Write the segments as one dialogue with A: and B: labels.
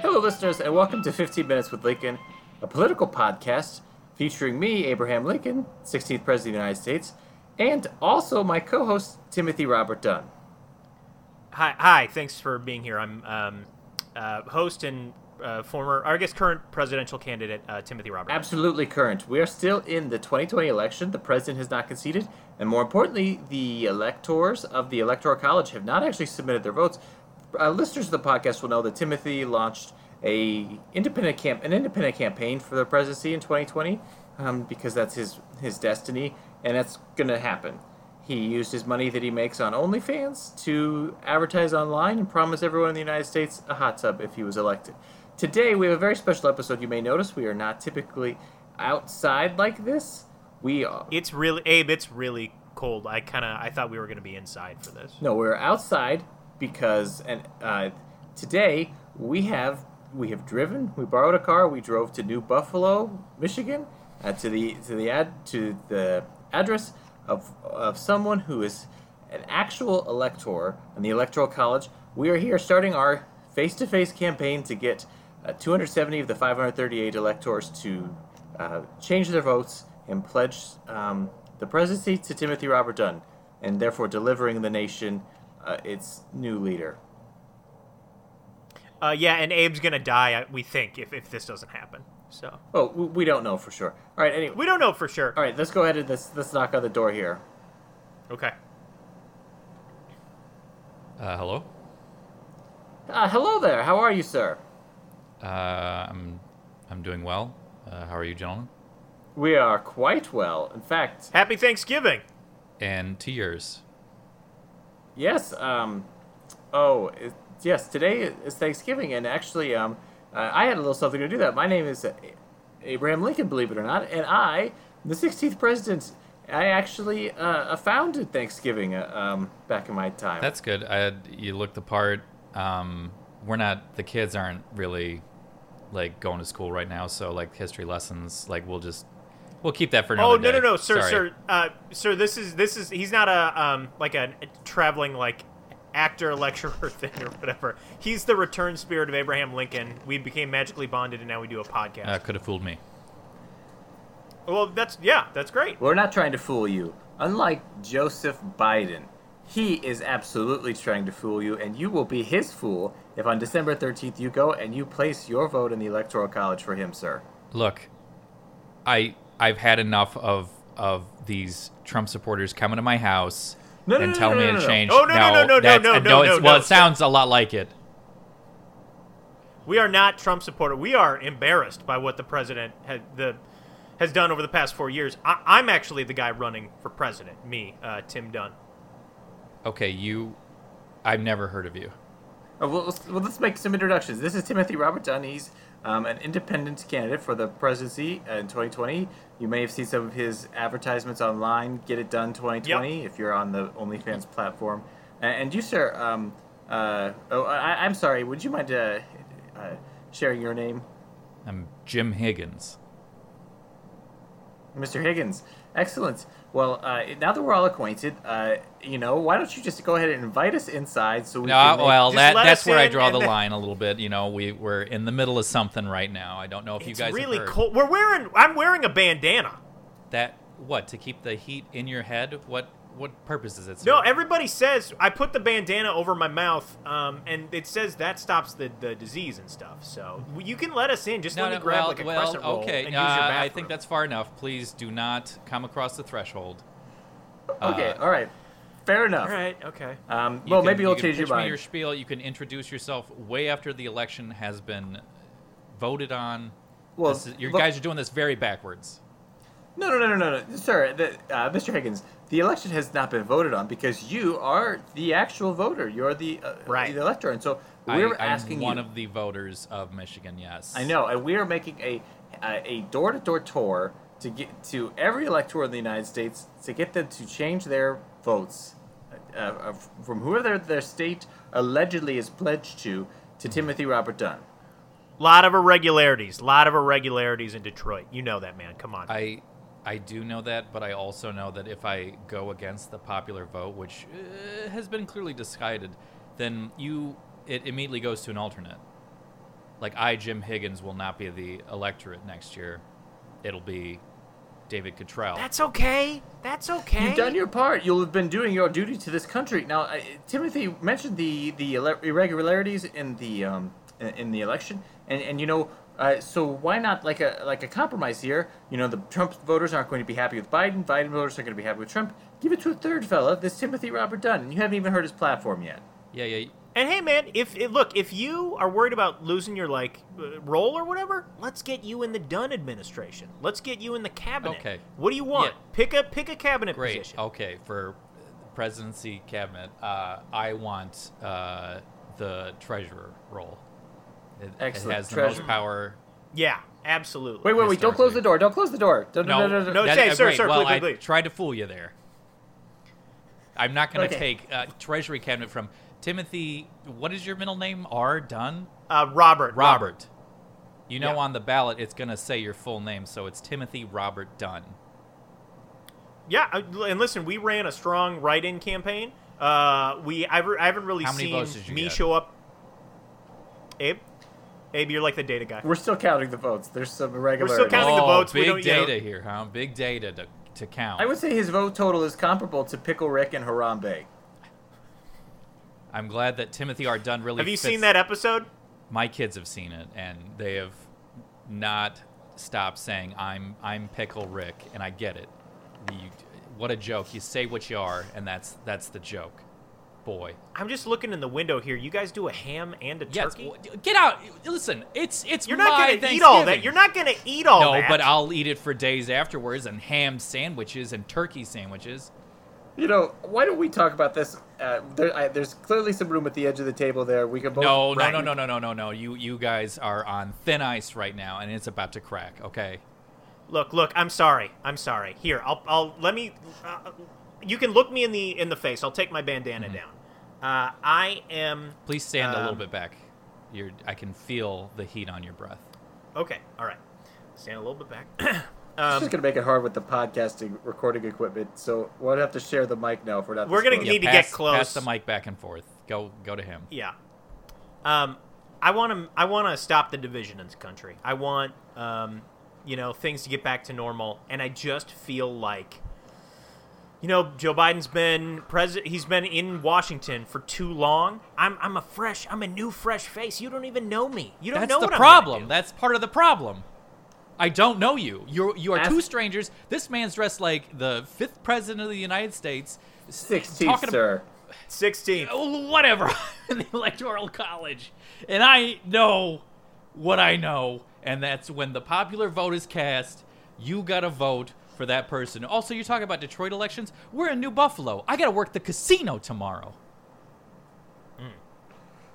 A: Hello, listeners, and welcome to 15 Minutes with Lincoln, a political podcast featuring me, Abraham Lincoln, 16th President of the United States, and also my co host, Timothy Robert Dunn.
B: Hi, hi. Thanks for being here. I'm um, uh, host and uh, former, or I guess, current presidential candidate uh, Timothy Roberts.
A: Absolutely current. We are still in the 2020 election. The president has not conceded, and more importantly, the electors of the Electoral College have not actually submitted their votes. Uh, listeners of the podcast will know that Timothy launched a independent camp an independent campaign for the presidency in 2020 um, because that's his his destiny, and that's going to happen. He used his money that he makes on OnlyFans to advertise online and promise everyone in the United States a hot tub if he was elected. Today, we have a very special episode. You may notice we are not typically outside like this. We are.
B: It's really Abe. It's really cold. I kind of I thought we were going to be inside for this.
A: No, we're outside because and uh, today we have we have driven. We borrowed a car. We drove to New Buffalo, Michigan, uh, to the to the ad to the address of of someone who is an actual elector in the Electoral College. We are here starting our face-to-face campaign to get uh, 270 of the 538 electors to uh, change their votes and pledge um, the presidency to Timothy Robert Dunn, and therefore delivering the nation uh, its new leader.
B: Uh, yeah, and Abe's going to die. uh, We think if, if this doesn't happen. So
A: Oh, we, we don't know for sure. All right, anyway.
B: we don't know for sure.
A: All right, let's go ahead and let's, let's knock on the door here.
B: Okay.
C: Uh, hello.
A: Uh, hello there. How are you, sir?
C: Uh, I'm I'm doing well. Uh, how are you, gentlemen?
A: We are quite well. In fact,
B: Happy Thanksgiving.
C: And to yours.
A: Yes. Um, oh, it, yes. Today is Thanksgiving, and actually, um, uh, I had a little something to do that. My name is uh, Abraham Lincoln, believe it or not, and I, the 16th president, I actually uh, uh, founded Thanksgiving uh, um, back in my time.
C: That's good. I, you look the part. Um, we're not. The kids aren't really like going to school right now. So like history lessons. Like we'll just we'll keep that for another
B: Oh no
C: day.
B: no no, sir
C: Sorry.
B: sir uh, sir. This is this is he's not a um like a, traveling like actor lecturer thing or whatever. He's the returned spirit of Abraham Lincoln. We became magically bonded, and now we do a podcast.
C: Uh, Could have fooled me.
B: well, that's yeah, that's great.
A: We're not trying to fool you. Unlike Joseph Biden, he is absolutely trying to fool you, and you will be his fool if on December 13th you go and you place your vote in the Electoral College for him, sir.
C: Look, I I've had enough of of these Trump supporters coming to my house
A: No, no,
C: and
A: no,
C: tell
A: no,
C: me
A: no,
C: to
A: no, no.
C: change.
B: Oh, no, no, no, no, no,
C: that's-
B: no,
C: uh,
B: no,
C: it's,
B: no,
C: Well,
B: no.
C: it sounds a lot like it.
B: We are not Trump supporter. We are embarrassed by what the president had the has done over the past four years. I, I'm actually the guy running for president. Me, uh, Tim Dunn.
C: Okay, you. I've never heard of you.
A: Uh, well, let's, well, let's make some introductions. This is Timothy Robert Dunn. He's um, an independent candidate for the presidency uh, in 2020. You may have seen some of his advertisements online. Get it done 2020 if you're on the OnlyFans platform. A- And you, sir, um, uh, oh, I, I'm sorry. Would you mind uh, uh, sharing your name?
C: I'm Jim Higgins.
A: Mr. Higgins. Excellent. Well, uh, now that we're all acquainted, uh, you know, why don't you just go ahead and invite us inside so we
C: No,
A: can make-
C: well,
B: Just
C: that,
B: let
C: that's
B: us
C: where I
B: in
C: draw
B: and
C: the
B: then-
C: line a little bit. You know, we we're in the middle of something right now. I don't know if you
B: It's
C: guys have
B: really
C: heard.
B: cold. We're wearing. I'm wearing a bandana.
C: That what to keep the heat in your head? What what purpose is it?
B: No,
C: serve?
B: everybody says I put the bandana over my mouth, um, and it says that stops the, the disease and stuff. So you can let us in. Just
C: no,
B: let
C: no.
B: me grab
C: well,
B: like a
C: well,
B: crescent roll
C: okay.
B: and use your
C: uh,
B: bathroom.
C: I think that's far enough. Please do not come across the threshold.
A: okay,
C: uh,
A: all right. Fair enough.
B: all right. Okay.
A: Um,
C: You
A: well,
C: can-
A: maybe
C: you
A: you'll
C: can
A: change your
C: pitch me
A: mind.
C: Your spiel. You can introduce yourself way after the election has been voted on.
A: Well,
C: This is- you
A: look-
C: guys are doing this very backwards.
A: No, no, no, no, no, no, sir, the, uh, Mr. Higgins. The election has not been voted on because you are the actual voter. You're the uh,
B: Right.
A: the elector, and so
C: I,
A: we're
C: I'm
A: asking
C: one
A: you.
C: of the voters of Michigan. Yes,
A: I know, and we are making a a a door to door tour to get to every elector in the United States to get them to change their votes uh, uh, from whoever their state allegedly is pledged to to
C: Mm-hmm.
A: Timothy Robert Dunn.
B: lot of irregularities. lot of irregularities in Detroit. You know that, man. Come on.
C: I I do know that, but I also know that if I go against the popular vote, which uh, has been clearly decided, then you it immediately goes to an alternate. like I Jim Higgins will not be the electorate next year. It'll be David Cottrell.
B: That's okay. That's okay.
A: You've done your part. You'll have been doing your duty to this country. Now, I, Timothy mentioned the the ele- irregularities in the um, in the election, and and you know. Uh, so why not like a like a compromise here? You know the Trump voters aren't going to be happy with Biden. Biden voters aren't going to be happy with Trump. Give it to a third fella, this Timothy Robert Dunn, and you haven't even heard his platform yet.
C: yeah, yeah.
B: And hey, man, if eh, look, if you are worried about losing your like uh, role or whatever, let's get you in the Dunn administration. Let's get you in the cabinet.
C: Okay.
B: What do you want?
C: Yeah.
B: Pick a pick a cabinet
C: Great.
B: position.
C: Okay, for presidency cabinet, uh, I want uh, the treasurer role. It,
A: Excellent.
C: It has the
A: Treasurer.
C: most power.
B: Yeah, absolutely.
A: Wait, wait, wait! Don't close
C: Historically.
A: the door! Don't close the door! Don't,
C: No,
A: no, no,
B: no,
C: that-
B: say,
C: uh,
B: sir,
C: great.
B: sir,
C: Well,
B: please,
C: I
B: please.
C: tried to fool you there. I'm not going to
A: Okay.
C: take uh, treasury cabinet from Timothy. What is your middle name? R. Dunn.
B: Uh, Robert.
C: Robert. You know,
B: Yeah.
C: on the ballot, it's going to say your full name, so it's Timothy Robert Dunn.
B: Yeah, uh, and listen, we ran a strong write-in campaign. Uh, we I, re- I haven't really
C: How many
B: seen
C: votes did you
B: me
C: get?
B: show up. Abe, Abe, you're like the data guy.
A: We're still counting the votes. There's some irregularities.
B: counting- the
C: oh,
B: votes, we
C: big
B: don't- yeah.
C: data here, huh? Big data to, to count.
A: I would say his vote total is comparable to Pickle Rick and Harambe.
C: I'm glad that Timothy R. Dunn really.
B: Have you
C: fits-
B: seen that episode?
C: My kids have seen it, and they have not stopped saying, "I'm I'm Pickle Rick," and I get it. You, what a joke! You say what you are, and that's that's the joke, boy.
B: I'm just looking in the window here. You guys do a ham and a
C: Yes,
B: turkey.
C: w- get out. Listen, it's it's
B: You're not
C: my
B: gonna eat all that.
C: Thanksgiving.
B: You're not gonna eat all
C: No,
B: that.
C: but I'll eat it for days afterwards, and ham sandwiches and turkey sandwiches.
A: You know, why don't we talk about this? Uh, there, I, there's clearly some room at the edge of the table there. We
B: Oh,
A: can both.
C: No, no,
A: Right.
C: no, no, no, no, no, no. You you guys are on thin ice right now, and it's about to crack. Okay.
B: look, look. I'm sorry. I'm sorry. Here, I'll, I'll let me. Uh, you can look me in the in the face. I'll take my bandana
C: Mm-hmm.
B: down. Uh, I am
C: Please stand a little
B: Um,
C: bit back. You're, I can feel the heat on your breath.
B: okay. All right. Stand a little bit back.
A: It's
B: um,
A: just gonna make it hard with the podcasting recording equipment. So we'll have to share the mic now if we're not.
B: We're
A: this
B: gonna
A: close.
B: need- to
C: pass,
B: get
C: Pass
B: close.
C: the mic back and forth. Go go to him.
B: Yeah. Um, I want to. I want to stop the division in this country. I want, um, you know, things to get back to normal. And I just feel like, you know, Joe Biden's been president. He's been in Washington for too long. I'm. I'm a fresh. I'm a new fresh face. You don't even know me. You don't
C: That's
B: know
C: the
B: what I'm gonna
C: problem.
B: do.
C: That's part of the problem. I don't know you. You're you are
A: Ask-
C: two strangers. This man's dressed like the fifth president of the United States. s-
A: Sixteenth,
C: talking ab-
A: sir.
B: Sixteen.
C: oh, whatever in the electoral college and i know what i know and that's when the popular vote is cast you gotta vote for that person also you're talking about detroit elections we're in new buffalo i gotta work the casino tomorrow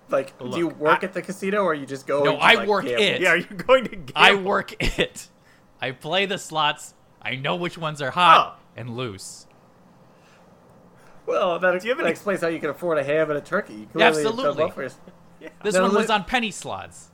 A: Like, do you
B: Look,
A: work
B: I-
A: at the casino or you just go?
C: No,
A: and you,
C: I
A: like,
C: work
A: gamble?
C: it.
B: Yeah. Are you going to? Gamble?
C: i work it i play the slots i know which ones are hot
B: Oh.
C: and loose
A: Well, that,
B: Do you have
A: that
B: any-
A: explains how you can afford a ham and a turkey. You clearly have done well
C: Absolutely.
A: for yourself.
C: this
A: No,
C: one
A: li-
C: was on penny slots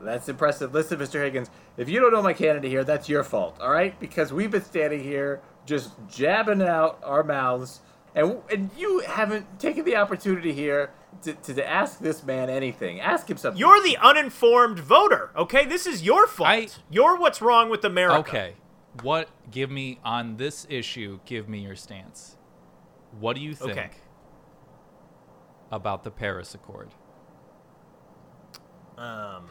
A: That's impressive. Listen, Mr. Higgins, if you don't know my candidate here, that's your fault, all right? Because we've been standing here just jabbing out our mouths, and and you haven't taken the opportunity here to, to, to ask this man anything. Ask him something.
B: You're the uninformed voter. Okay, this is your fault.
C: I-
B: You're what's wrong with America.
C: Okay. What give me on this issue, give me your stance. What do you think
B: Okay.
C: about the Paris Accord?
B: Um,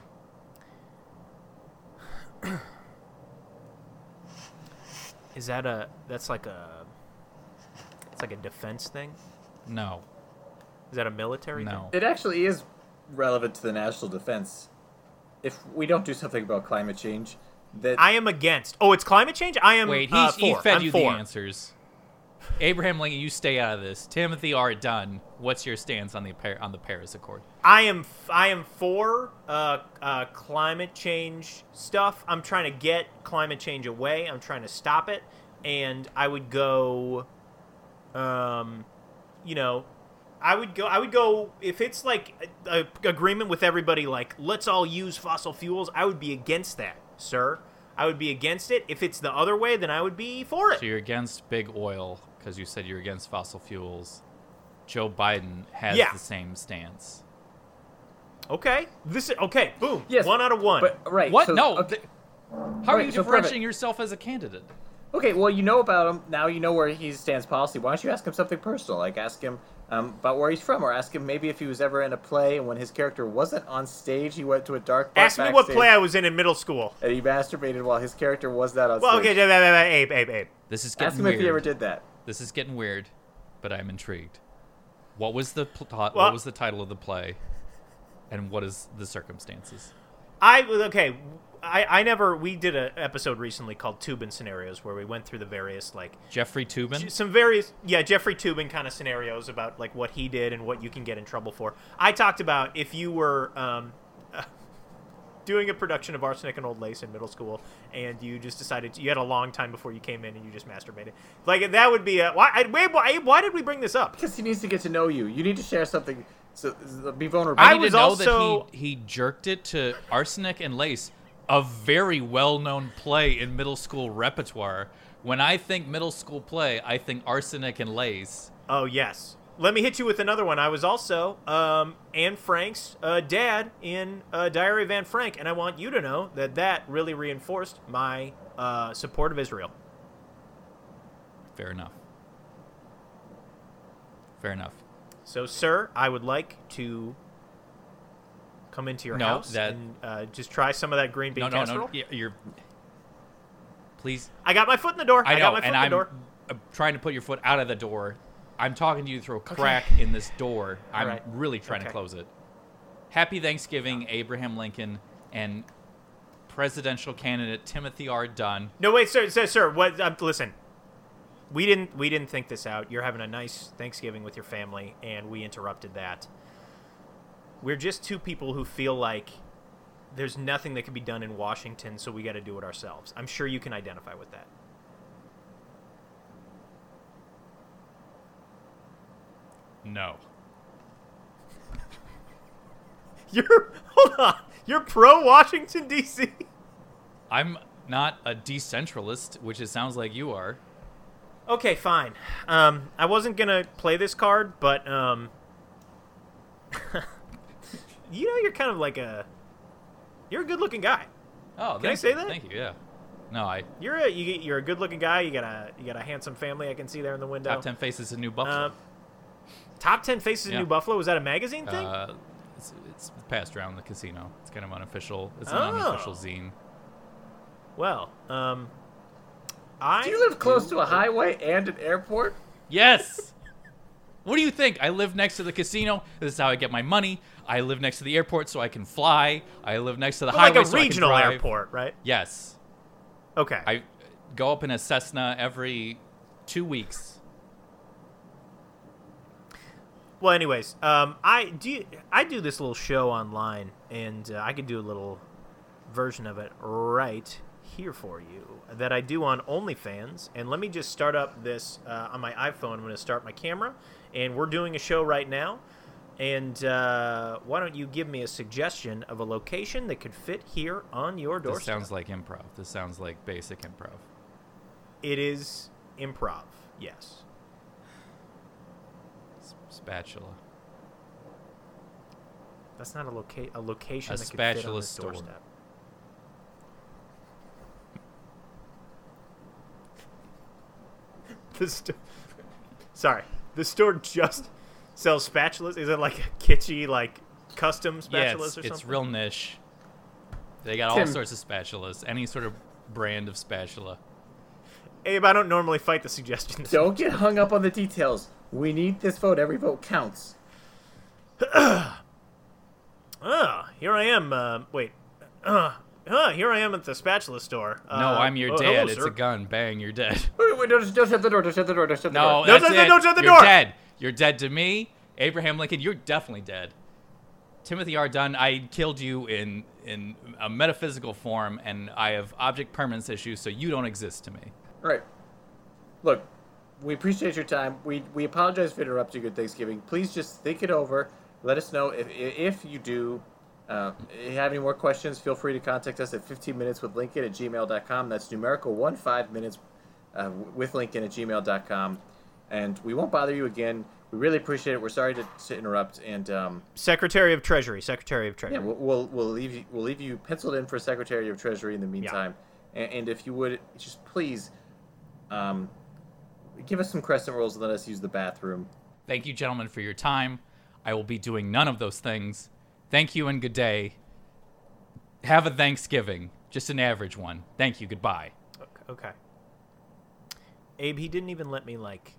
B: is that a? That's like a. It's like a defense thing.
C: No.
B: Is that a military?
C: No.
A: It actually is relevant to the national defense. If we don't do something about climate change, that
B: Thing? I am against. Oh, it's climate change. I am.
C: Wait, he,
B: uh,
C: he
B: for.
C: fed
B: I'm
C: you
B: for.
C: the answers. Abraham Lincoln, you stay out of this. Timothy R. Dunn, what's your stance on the Par- on the Paris Accord?
B: I am. f- I am for uh, uh, climate change stuff. I'm trying to get climate change away. I'm trying to stop it, and I would go. Um, you know, I would go. I would go if it's like a, a agreement with everybody. Like, let's all use fossil fuels. I would be against that, sir. I would be against it. If it's the other way, then I would be for it.
C: So you're against big oil because you said you're against fossil fuels. Joe Biden has
B: Yeah.
C: the same stance.
B: Okay. This is okay. Boom.
A: Yes.
B: One out of one.
A: But right.
C: What?
A: so-
C: no.
A: Okay,
C: th- how are
A: Right,
C: you
A: so perfect.
C: differentiating yourself as a candidate?
A: okay. Well, you know about him now. You know where he stands policy. Why don't you ask him something personal? Like ask him um, about where he's from, or ask him maybe if he was ever in a play and when his character wasn't on stage, he went to a dark. bar
B: Ask me what
A: backstage
B: play I was in in middle school.
A: And he masturbated while his character was not on
B: Well, okay,
A: stage.
B: yeah, yeah, yeah, yeah, Abe, Abe, Abe.
C: This is getting
A: Ask him
C: weird.
A: if he ever did that.
C: This is getting weird, but I'm intrigued. What was the pl- plot?
B: Well-
C: what was the title of the play? And what is the circumstances?
B: I was okay. I, I never we did an episode recently called Tubin scenarios where we went through the various like
C: Jeffrey Tubin.
B: some various yeah Jeffrey Tubin kind of scenarios about like what he did and what you can get in trouble for. I talked about if you were um, doing a production of Arsenic and Old Lace in middle school and you just decided you had a long time before you came in and you just masturbated. Like that would be a why I, wait, why why did we bring this up?
A: Because he needs to get to know you. You need to share something. So so be vulnerable.
C: I,
B: I
C: need
B: was
C: to know
B: also-
C: that he, he jerked it to Arsenic and Lace, a very well-known play in middle school repertoire. When I think middle school play, I think Arsenic and Lace.
B: Oh yes. Let me hit you with another one. I was also um, Anne Frank's uh, dad in uh, Diary of Anne Frank, and I want you to know that that really reinforced my uh, support of Israel.
C: Fair enough. Fair enough.
B: So, sir, I would like to come into your
C: No,
B: house
C: that-
B: and uh, just try some of that green bean
C: no, no,
B: casserole.
C: no. y- You're. Please,
B: I got my foot in the door.
C: I
B: I,
C: know,
B: got my foot
C: and
B: in the
C: I'm,
B: door.
C: I'm trying to put your foot out of the door. I'm talking to you through a crack in this door. I'm
B: right.
C: really trying to
B: Okay.
C: close it. Happy Thanksgiving, Abraham Lincoln, and presidential candidate Timothy R. Dunn.
B: No, wait, sir, sir, sir. What? Um, listen, we didn't we didn't think this out. You're having a nice Thanksgiving with your family, and we interrupted that. We're just two people who feel like there's nothing that can be done in Washington, so we got to do it ourselves. I'm sure you can identify with that.
C: No.
B: You're hold on. You're pro Washington D.C.
C: I'm not a decentralist, which it sounds like you are.
B: Okay, fine. Um, I wasn't gonna play this card, but um, you know, you're kind of like a you're a good-looking guy.
C: Oh,
B: Can I
C: thank
B: say
C: you,
B: that?
C: Thank you, yeah. No, I
B: You're a you, you're a good-looking guy. You got a you got a handsome family. I can see there in the window.
C: top ten faces in New Buffalo.
B: Um, top ten faces in
C: Yeah.
B: New Buffalo. Was that a magazine thing?
C: uh, it's, it's passed around the casino. It's kind of unofficial. It's an
B: Oh.
C: unofficial zine.
B: well, um, I
A: Do you live close to a highway and an airport?
C: Yes. what do you think? I live next to the casino. This is how I get my money. I live next to the airport so I can fly. I live next to the
B: but like
C: highway
B: a
C: so I can
B: regional
C: drive.
B: airport, right?
C: Yes.
B: Okay.
C: I go up in a Cessna every 2 weeks.
B: Well, anyways, um, I do you- I do this little show online, and uh, I could do a little version of it right here for you that I do on OnlyFans. And let me just start up this uh, on my iPhone. I'm going to start my camera, and we're doing a show right now. And uh, why don't you give me a suggestion of a location that could fit here on your
C: This
B: doorstep?
C: sounds like improv. This sounds like basic improv.
B: It is improv. Yes.
C: S- spatula.
B: That's not a locate a location
C: A
B: that could fit on
C: spatula
B: this
C: store.
B: doorstep. the sto- Sorry, the store just sells spatulas. Is it like a kitschy like custom spatulas
C: yeah,
B: or
C: it's,
B: something?
C: it's real niche. They got all
A: Tim.
C: sorts of spatulas. Any sort of brand of spatula.
B: Abe, I don't normally fight the suggestion.
A: Don't get hung up on the details. We need this vote. Every vote counts.
B: Ah, here I am. Uh, wait. Uh, uh, here I am at the spatula store. Uh,
C: No, I'm your
B: oh,
C: dad.
B: hello,
C: it's
B: sir.
C: a gun. Bang, you're dead.
A: Wait, wait, don't, don't shut the door. Don't shut the door. Don't shut the
C: No,
A: door.
B: No,
C: that's
B: no, no,
C: it.
B: no, shut the
C: you're
B: door.
C: dead. You're dead to me, Abraham Lincoln. You're definitely dead. Timothy R. Dunn, I killed you in in a metaphysical form, and I have object permanence issues, so you don't exist to me.
A: All right. Look, we appreciate your time. We we apologize for interrupting your Thanksgiving. Please just think it over. Let us know if if you do uh, have any more questions. Feel free to contact us at 15 minutes with Lincoln at gmail.com. That's numerical one five minutes uh, with Lincoln at gmail.com. And we won't bother you again. We really appreciate it. We're sorry to, to interrupt, and um,
B: Secretary of Treasury, Secretary of Treasury.
A: yeah, we'll, we'll we'll leave you we'll leave you penciled in for Secretary of Treasury in the meantime. And, and if you would just please, um, give us some crescent rolls and let us use the bathroom.
C: Thank you, gentlemen, for your time. I will be doing none of those things. Thank you and good day. Have a Thanksgiving, just an average one. Thank you. Goodbye.
B: Ok- Okay. Abe, he didn't even let me like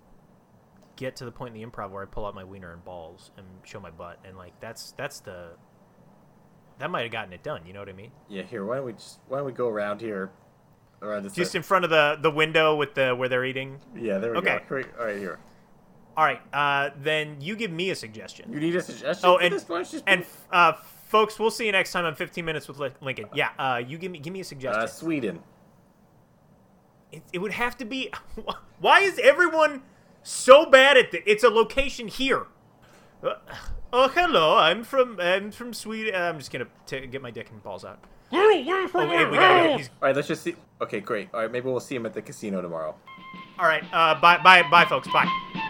B: get to the point in the improv where I pull out my wiener and balls and show my butt, and like that's that's the that might have gotten it done. You know what I mean?
A: Yeah, here. Why don't we just why don't we go around here? Around this.
B: Just in front of the the window with the where they're eating.
A: yeah, there we
B: okay.
A: go. Here- All right, here.
B: All right, uh, then you give me a
A: You
B: suggestion.
A: need a suggestion
B: Oh,
A: for
B: and
A: this one? Just
B: and uh, folks, we'll see you next time on 15 minutes with Lin- Lincoln. Yeah, uh, you give me give me a suggestion.
A: uh, Sweden.
B: It, it would have to be. Why is everyone so bad at it? It's a location here. Uh, oh, hello. I'm from. I'm from Sweden. I'm just gonna t- get my dick and balls out. Oh, wait, we gotta go. He's,
A: All right, let's just see. Okay, great. All right, maybe we'll see him at the casino tomorrow.
B: all right. Uh, bye, bye, bye, folks. Bye.